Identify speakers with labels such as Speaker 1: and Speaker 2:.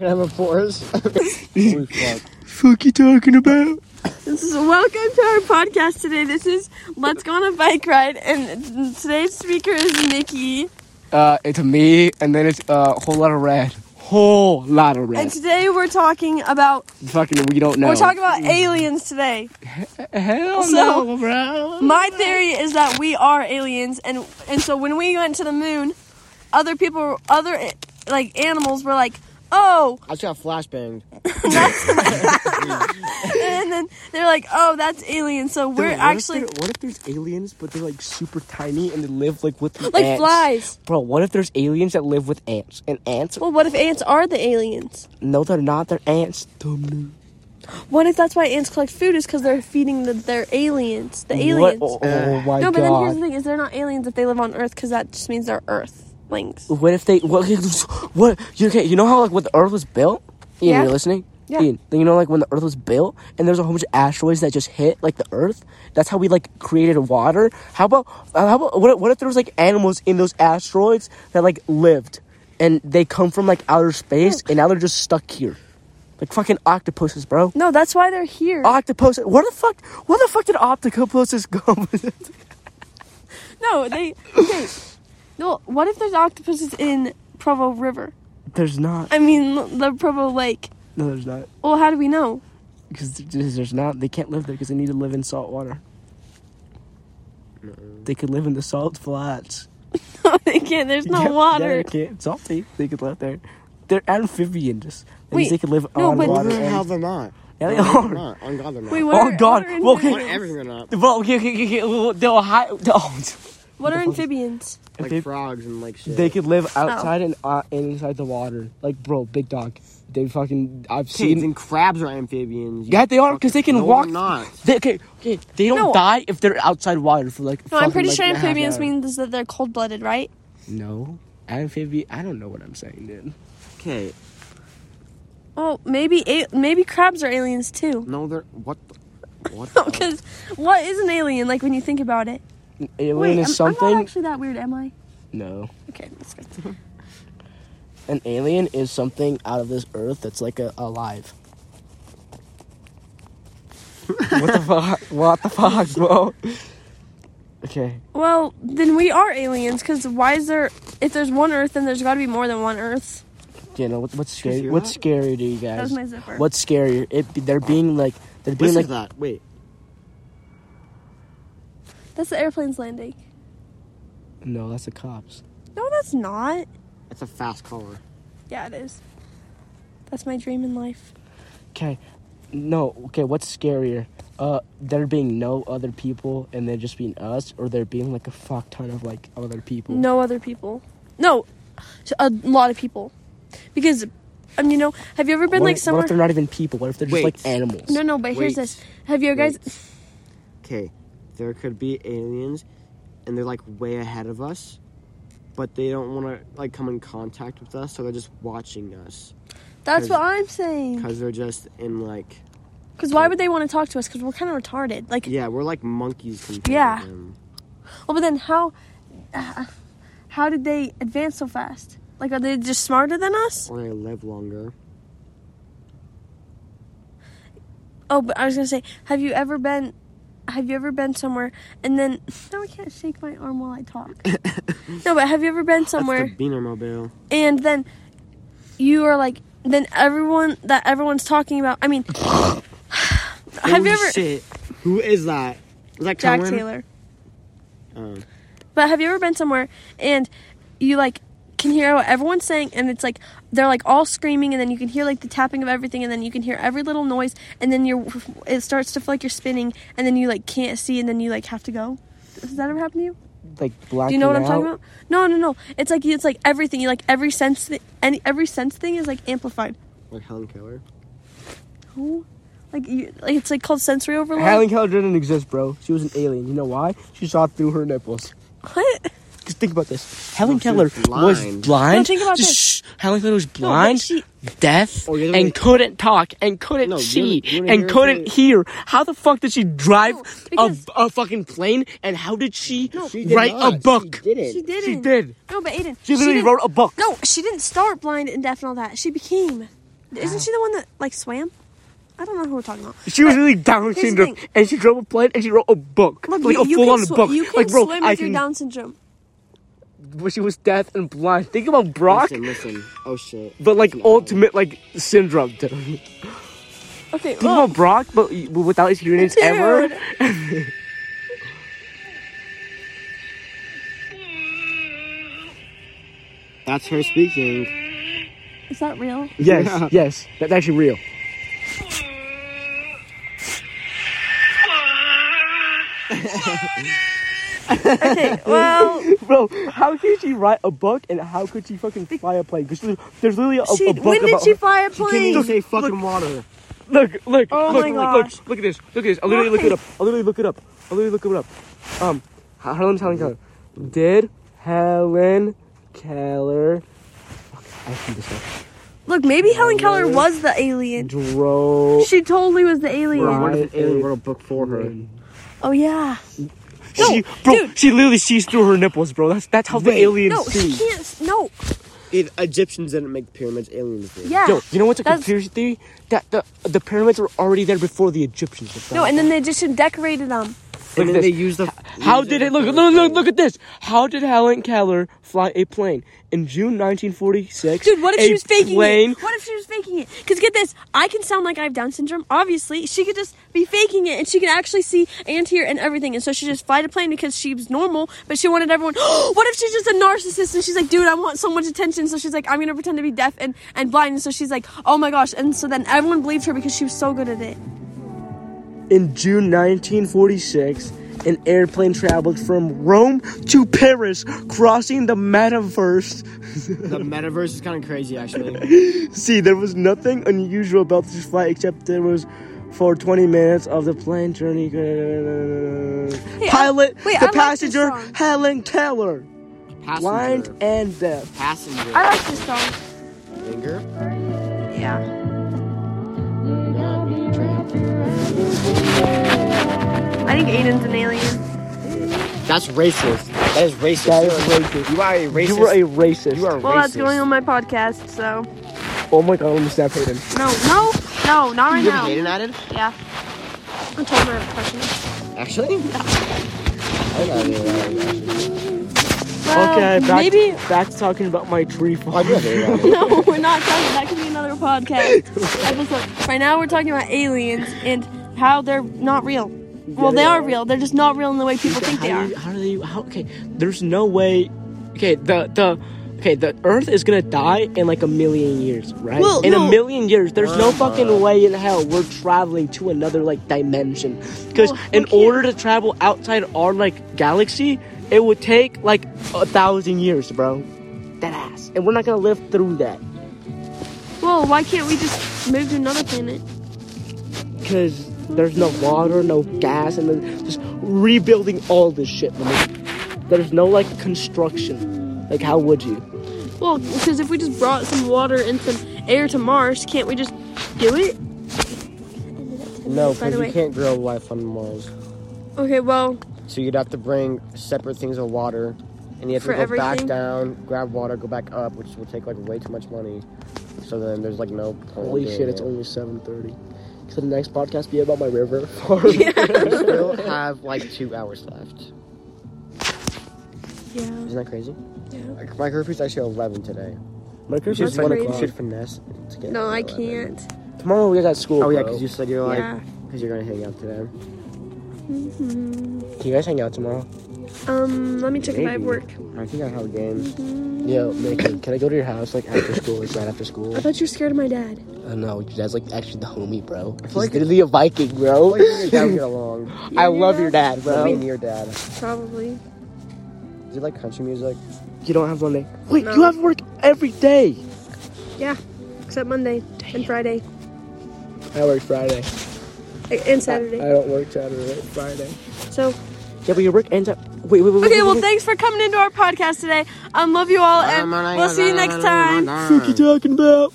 Speaker 1: Can I have a pause?
Speaker 2: Holy fuck.
Speaker 1: fuck you talking about?
Speaker 3: This is- Welcome to our podcast today. This is Let's Go on a Bike Ride, and today's speaker is Nikki.
Speaker 1: Uh, it's me, and then it's a uh, whole lot of red. Whole lot of red.
Speaker 3: And today we're talking about
Speaker 1: Fucking, we don't know.
Speaker 3: we're talking about aliens today.
Speaker 1: Hell
Speaker 3: So-
Speaker 1: no, bro.
Speaker 3: My theory is that we are aliens, and and so when we went to the moon, other people, other eh, like animals, were like, "Oh,"
Speaker 2: I just got flashbanged.
Speaker 3: and then they're like, "Oh, that's aliens." So we're
Speaker 1: Dude, what
Speaker 3: actually
Speaker 1: If there- what if there's aliens, but they're like super tiny and they live like with the
Speaker 3: like
Speaker 1: ants?
Speaker 3: flies.
Speaker 1: Bro, what if there's aliens that live with ants? And ants?
Speaker 3: Well, what if ants are the aliens?
Speaker 1: No, they're not. They're ants. Dumb noob.
Speaker 3: What if that's why ants collect food? Is because they're feeding the, their aliens, the
Speaker 1: What?
Speaker 3: aliens.
Speaker 1: Oh, oh my
Speaker 3: no, but then here's
Speaker 1: god.
Speaker 3: the thing: is they're not aliens if they live on Earth, because that just means they're Earthlings.
Speaker 1: What if they? What? What? You okay? You know how like when the Earth was built? Ian,
Speaker 3: Yeah.
Speaker 1: you listening?
Speaker 3: Yeah.
Speaker 1: Ian, then you know like when the Earth was built, and there's a whole bunch of asteroids that just hit like the Earth. That's how we like created water. How about? uh, How about? What? if- What if there was like animals in those asteroids that like lived, and they come from like outer space, and now they're just stuck here, like fucking octopuses, bro.
Speaker 3: No, that's why they're here.
Speaker 1: Octopus. Where the fuck? Where the fuck did octopuses go?
Speaker 3: no, they. Okay. No, what if there's octopuses in Provo River?
Speaker 1: there's not.
Speaker 3: I mean, l- the Provo Lake.
Speaker 1: No, there's not.
Speaker 3: Well, how do we know?
Speaker 1: because there's not they can't live there because they need to live in salt water. They could live in the salt flats.
Speaker 3: they can't. There's no
Speaker 1: Yeah, yeah, they
Speaker 3: water.
Speaker 1: can't salty. They could live there. They're amphibian, just that means
Speaker 3: Wait,
Speaker 1: they could live
Speaker 3: no,
Speaker 1: on
Speaker 3: but-
Speaker 1: water.
Speaker 2: Wonder
Speaker 1: and-
Speaker 2: how they're not.
Speaker 1: Yeah, they
Speaker 2: Wonder how
Speaker 1: are.
Speaker 2: they're not. On God, they're not.
Speaker 3: Wait, what
Speaker 1: oh
Speaker 3: are,
Speaker 1: God!
Speaker 3: What are,
Speaker 1: Well,
Speaker 3: amphibians?
Speaker 2: On everything they're not.
Speaker 1: Well, okay, okay, okay, okay. well, The Ohio, the, oh,
Speaker 3: What are amphibians?
Speaker 2: Like
Speaker 1: they-
Speaker 2: frogs and like shit.
Speaker 1: they could live outside and, uh, and inside the water. Like, bro, big dog. They fucking I've
Speaker 2: Pigs
Speaker 1: seen.
Speaker 2: and crabs are amphibians. you
Speaker 1: Yeah, they are because they can
Speaker 2: fucking- no,
Speaker 1: walk.
Speaker 2: they're not.
Speaker 1: They, okay, okay, they don't
Speaker 3: No.
Speaker 1: die if they're outside water for like.
Speaker 3: No, I'm
Speaker 1: fucking,
Speaker 3: pretty
Speaker 1: like,
Speaker 3: sure
Speaker 1: a half
Speaker 3: amphibians
Speaker 1: hour.
Speaker 3: means that they're cold-blooded, right?
Speaker 1: No. Amphibian. I don't know what I'm saying, dude.
Speaker 2: Okay.
Speaker 3: Oh, maybe a- maybe crabs are aliens too.
Speaker 2: No, they're what? The, what? the-
Speaker 3: Because what is an alien? Like when you think about it.
Speaker 1: An alien
Speaker 3: Wait,
Speaker 1: is
Speaker 3: I'm,
Speaker 1: something.
Speaker 3: I'm not actually that weird, am I?
Speaker 1: no.
Speaker 3: Okay, let's go.
Speaker 1: An alien is something out of this earth that's like a, alive. what the fuck? What the fuck, bro? Okay.
Speaker 3: Well, then we are aliens, because why is there? If there's one Earth, then there's got to be more than one Earth.
Speaker 1: You know what, what's
Speaker 2: you
Speaker 1: scary?
Speaker 2: hear
Speaker 1: What's
Speaker 2: that?
Speaker 1: scarier to you guys?
Speaker 3: was my Oh. zipper.
Speaker 1: What's scarier? It be- they're being like they're being
Speaker 2: Listen
Speaker 1: like
Speaker 2: to that. Wait.
Speaker 3: That's the airplane's landing.
Speaker 1: no, that's the cops.
Speaker 3: No, that's not.
Speaker 2: That's a fast caller.
Speaker 3: Yeah, it is. That's my dream in life.
Speaker 1: Okay. No, okay, what's scarier? Uh there being no other people and there just being us or there being like a fuck ton of like other people.
Speaker 3: No other people. No, a lot of people. Because, um, you know, have you ever been
Speaker 1: what,
Speaker 3: like
Speaker 1: if-
Speaker 3: somewhere?
Speaker 1: what if they're not even people? What if they're just
Speaker 2: Wait.
Speaker 1: like animals?
Speaker 3: no, no. But
Speaker 2: Wait.
Speaker 3: here's this. Have you guys?
Speaker 2: Okay. There could be aliens, and they're like way ahead of us, but they don't want to like come in contact with us, so they're just watching us
Speaker 3: That's
Speaker 2: Cause-
Speaker 3: what I'm saying.
Speaker 2: because they're just in like
Speaker 3: Because why would they want to talk to us? Because we're kind of retarded. Like,
Speaker 2: yeah, we're like monkeys compared
Speaker 3: Yeah.
Speaker 2: to them.
Speaker 3: Well, but then how? uh, how did they advance so fast? Like, are they just smarter than us?
Speaker 2: Or they live longer.
Speaker 3: Oh, but I was gonna say, have you ever been? Have you ever been somewhere and then? No, I can't shake my arm while I talk. no, but have you ever been
Speaker 2: That's
Speaker 3: somewhere
Speaker 2: the Beaner Mobile.
Speaker 3: and then you are like, then everyone that everyone's talking about. I mean, have you
Speaker 2: Holy
Speaker 3: ever
Speaker 2: Shit. Who is that? Is that
Speaker 3: Jack
Speaker 2: Cohen?
Speaker 3: Taylor?
Speaker 2: Oh.
Speaker 3: But have you ever been somewhere and you like can hear what everyone's saying and it's like they're like all screaming and then you can hear like the tapping of everything and then you can hear every little noise and then you're it starts to feel like you're spinning and then you like can't see and then you like have to go. Has that ever happened to you?
Speaker 1: Like black.
Speaker 3: Do you know what I'm talking about? No, no, no. It's like it's like everything. You like every sense thi- any every sense thing is like amplified.
Speaker 2: Like Helen Keller.
Speaker 3: Oh. Like you like it's like called sensory overload.
Speaker 1: Helen Keller didn't exist, bro. She was an alien. You know why? She saw through her nipples.
Speaker 3: What?
Speaker 1: Just think about this. Helen
Speaker 2: she
Speaker 1: Keller
Speaker 2: was
Speaker 1: was
Speaker 2: blind.
Speaker 1: blind.
Speaker 3: No, think about
Speaker 1: Just
Speaker 3: this.
Speaker 1: shh. Helen Keller was blind,
Speaker 3: she-
Speaker 1: deaf,
Speaker 2: Oh, you're the
Speaker 1: and
Speaker 2: way-
Speaker 1: couldn't talk, and couldn't
Speaker 2: No, you
Speaker 1: see,
Speaker 2: wanna- you wanna
Speaker 1: and
Speaker 2: hear
Speaker 1: couldn't
Speaker 2: the-
Speaker 1: hear. How the fuck did she drive
Speaker 3: No,
Speaker 1: a,
Speaker 3: because-
Speaker 1: a fucking plane? And how did she,
Speaker 2: She did
Speaker 1: write
Speaker 2: not.
Speaker 1: a book?
Speaker 2: She didn't.
Speaker 3: She didn't.
Speaker 1: She did.
Speaker 3: No, but Aiden.
Speaker 1: She literally
Speaker 3: didn't-
Speaker 1: wrote a book.
Speaker 3: No, she didn't start blind and deaf and all that. She became. Isn't she the one that like swam? I don't know who we're talking about.
Speaker 1: She was
Speaker 3: But
Speaker 1: really Down
Speaker 3: here's the
Speaker 1: syndrome,
Speaker 3: thing.
Speaker 1: and she drove a plane, and she wrote a book,
Speaker 3: Look,
Speaker 1: like
Speaker 3: you,
Speaker 1: a
Speaker 3: you
Speaker 1: full-on
Speaker 3: can sw-
Speaker 1: book.
Speaker 3: You can
Speaker 1: like, bro,
Speaker 3: swim
Speaker 1: I
Speaker 3: if you're
Speaker 1: can.
Speaker 3: Down syndrome.
Speaker 1: But she was deaf and blind. Think about Brock,
Speaker 2: Listen, listen. Oh shit.
Speaker 1: but like
Speaker 2: Listen,
Speaker 1: ultimate like syndrome. Dude. Think
Speaker 3: Okay, well,
Speaker 1: about Brock, but, but without his experience ever.
Speaker 3: Dude.
Speaker 2: That's her speaking.
Speaker 3: is that real?
Speaker 1: Yes,
Speaker 2: Yeah.
Speaker 1: yes, that's actually real.
Speaker 3: Okay, well,
Speaker 1: Bro, how could she write a book and how could she fucking fly a plane? Because there's literally a,
Speaker 3: she,
Speaker 1: a book
Speaker 3: when did
Speaker 1: about
Speaker 3: she
Speaker 1: her-
Speaker 3: fly a
Speaker 2: Can't
Speaker 3: plane?
Speaker 2: even say fucking water.
Speaker 1: Look, look,
Speaker 3: Oh
Speaker 1: look,
Speaker 3: my
Speaker 1: look,
Speaker 3: gosh.
Speaker 1: look, look at this, look at this. I'll literally look it up. I'll literally look it up. I'll literally look it up. Um, h- Helen Helen Keller. Did Helen Keller? Okay, I see this one.
Speaker 3: Look, maybe Helen Keller
Speaker 1: Oh.
Speaker 3: was the alien.
Speaker 1: Drove.
Speaker 3: She totally was the alien.
Speaker 1: Right.
Speaker 2: What if an alien wrote a book for her?
Speaker 3: Oh yeah.
Speaker 1: she, bro, she literally sees through her nipples, bro. That's that's how the aliens
Speaker 3: No, she
Speaker 1: see.
Speaker 3: can't. s- No.
Speaker 2: It, Egyptians didn't make pyramids. Aliens did.
Speaker 3: Yeah.
Speaker 1: Yo, you know what's a
Speaker 3: That's-
Speaker 1: conspiracy theory? That the the pyramids were already there before the Egyptians. were
Speaker 3: No,
Speaker 1: found.
Speaker 3: and then they just decorated um, them.
Speaker 1: Look
Speaker 2: And then
Speaker 1: at this.
Speaker 2: they used the.
Speaker 1: How
Speaker 2: used
Speaker 1: did it
Speaker 2: for
Speaker 1: look?
Speaker 2: their
Speaker 1: Look, look,
Speaker 2: thing.
Speaker 1: look at this. How did Helen Keller fly a plane in June 1946?
Speaker 3: Dude, what if
Speaker 1: a
Speaker 3: she was faking
Speaker 1: plane,
Speaker 3: it? What if she was faking it? Because get this, I can sound like I have Down syndrome. Obviously, she could just be faking it, and she can actually see and hear and everything. And so she just fly the plane because she was normal, but she wanted everyone. what if she's just a narcissist and she's like, dude, I want so much attention. So she's like, I'm gonna pretend to be deaf and and blind. And so she's like, oh my gosh. And so then everyone believed her because she was so good at it.
Speaker 1: In June 1946, an airplane traveled from Rome to Paris, crossing the metaverse.
Speaker 2: The metaverse is kind of crazy, actually.
Speaker 1: See, there was nothing unusual about this flight except there was for 20 minutes of the plane journey.
Speaker 3: I-
Speaker 1: Pilot,
Speaker 3: wait,
Speaker 1: the
Speaker 3: I like this
Speaker 1: passenger,
Speaker 3: song.
Speaker 1: Helen Keller, blind
Speaker 2: Passenger.
Speaker 1: and deaf.
Speaker 2: Passenger.
Speaker 3: I like this song.
Speaker 2: Finger.
Speaker 3: Yeah. I think Aiden's an alien.
Speaker 2: That's racist. That is racist.
Speaker 1: That is
Speaker 2: You are- You are a racist.
Speaker 1: You were a racist.
Speaker 2: You are
Speaker 3: Well,
Speaker 2: racist.
Speaker 3: that's going on my podcast, so.
Speaker 1: oh my god, let me snap Hayden.
Speaker 3: No, no, no, not right
Speaker 2: You
Speaker 3: now.
Speaker 2: have Hayden added?
Speaker 3: Yeah. I told him I have a question.
Speaker 2: Actually? Oh, I got Hayden added.
Speaker 3: Well,
Speaker 1: okay, back,
Speaker 3: Um, maybe.
Speaker 1: back to talking about my tree farm.
Speaker 2: I do have Hayden added.
Speaker 3: No, we're not talking. That could be another podcast episode. Right now, we're talking about aliens and how they're not real. Well, they
Speaker 1: they
Speaker 3: are
Speaker 1: are.
Speaker 3: real. They're just not real in the way people think
Speaker 1: how
Speaker 3: they
Speaker 1: do
Speaker 3: are.
Speaker 1: you- how do they? How, okay, there's no way. Okay, the the okay the Earth is gonna die in like a million years, right?
Speaker 3: Well,
Speaker 1: in
Speaker 3: no.
Speaker 1: a million years, there's no
Speaker 2: Wow.
Speaker 1: fucking way in hell we're traveling to another like dimension. Because
Speaker 3: Well, we
Speaker 1: in
Speaker 3: can't-
Speaker 1: order to travel outside our like galaxy, it would take like a thousand years, bro. That ass, and we're not gonna live through that.
Speaker 3: Well, why can't we just move to another planet?
Speaker 1: because there's no water, no gas, and then just rebuilding all this shit. from it. There's no like construction. Like, how would you?
Speaker 3: Well, because if we just brought some water and some air to Mars, can't we just do it?
Speaker 2: No,
Speaker 3: By
Speaker 2: because
Speaker 3: the
Speaker 2: you
Speaker 3: way-
Speaker 2: can't grow life on Mars.
Speaker 3: Okay, well,
Speaker 2: So you'd have to bring separate things of water, and you have
Speaker 3: For
Speaker 2: to go
Speaker 3: everything?
Speaker 2: back down, grab water, go back up, which will take like way too much money. So then there's like no point. in
Speaker 1: Holy
Speaker 2: doing
Speaker 1: shit, it's
Speaker 2: it.
Speaker 1: only 7:30. Could the next podcast be about my river farm?
Speaker 2: We still have like two hours left.
Speaker 3: yeah.
Speaker 2: Isn't that crazy?
Speaker 3: Yeah.
Speaker 2: Like, my curfew's actually 11 today.
Speaker 1: My
Speaker 2: You
Speaker 1: Christmas
Speaker 2: should,
Speaker 1: is
Speaker 3: That's
Speaker 1: one
Speaker 3: crazy.
Speaker 2: you
Speaker 1: o'clock.
Speaker 2: should finesse. To get
Speaker 3: No,
Speaker 2: to
Speaker 3: I
Speaker 2: 11.
Speaker 3: can't.
Speaker 1: Tomorrow we got school.
Speaker 2: Oh yeah,
Speaker 1: bro.
Speaker 2: because you said you're like,
Speaker 3: Yeah.
Speaker 2: because you're gonna hang out today.
Speaker 3: Mm-hmm.
Speaker 1: Can you guys hang out tomorrow?
Speaker 3: Um, let me check if I have
Speaker 2: Maybe.
Speaker 3: work. Mm-hmm. Mm,
Speaker 2: I think I have a game.
Speaker 1: Yeah, Megan, can I go to your house like after school? It's right after school.
Speaker 3: I thought you were scared of my dad.
Speaker 1: I know, your dad's like actually the homie, bro. He's
Speaker 2: like-
Speaker 1: literally a Viking, bro.
Speaker 2: Like, me and your dad would get along.
Speaker 1: I
Speaker 3: Yeah,
Speaker 1: love your
Speaker 3: yeah.
Speaker 1: dad,
Speaker 2: Well, me
Speaker 1: bro.
Speaker 2: and your dad. Is
Speaker 3: Probably.
Speaker 2: it like country music?
Speaker 1: You don't have Monday. Wait,
Speaker 3: No.
Speaker 1: you have work every day.
Speaker 3: Yeah. Except Monday and Friday
Speaker 1: I work Friday.
Speaker 3: A- and Saturday.
Speaker 1: don't work Saturday, Friday.
Speaker 3: so
Speaker 1: Yeah, but your work ends up. Wait, wait, wait.
Speaker 3: okay,
Speaker 1: wait,
Speaker 3: well,
Speaker 1: wait,
Speaker 3: thanks for coming into our podcast today. Um, love you all, and we'll see you next time.
Speaker 1: What you talking about?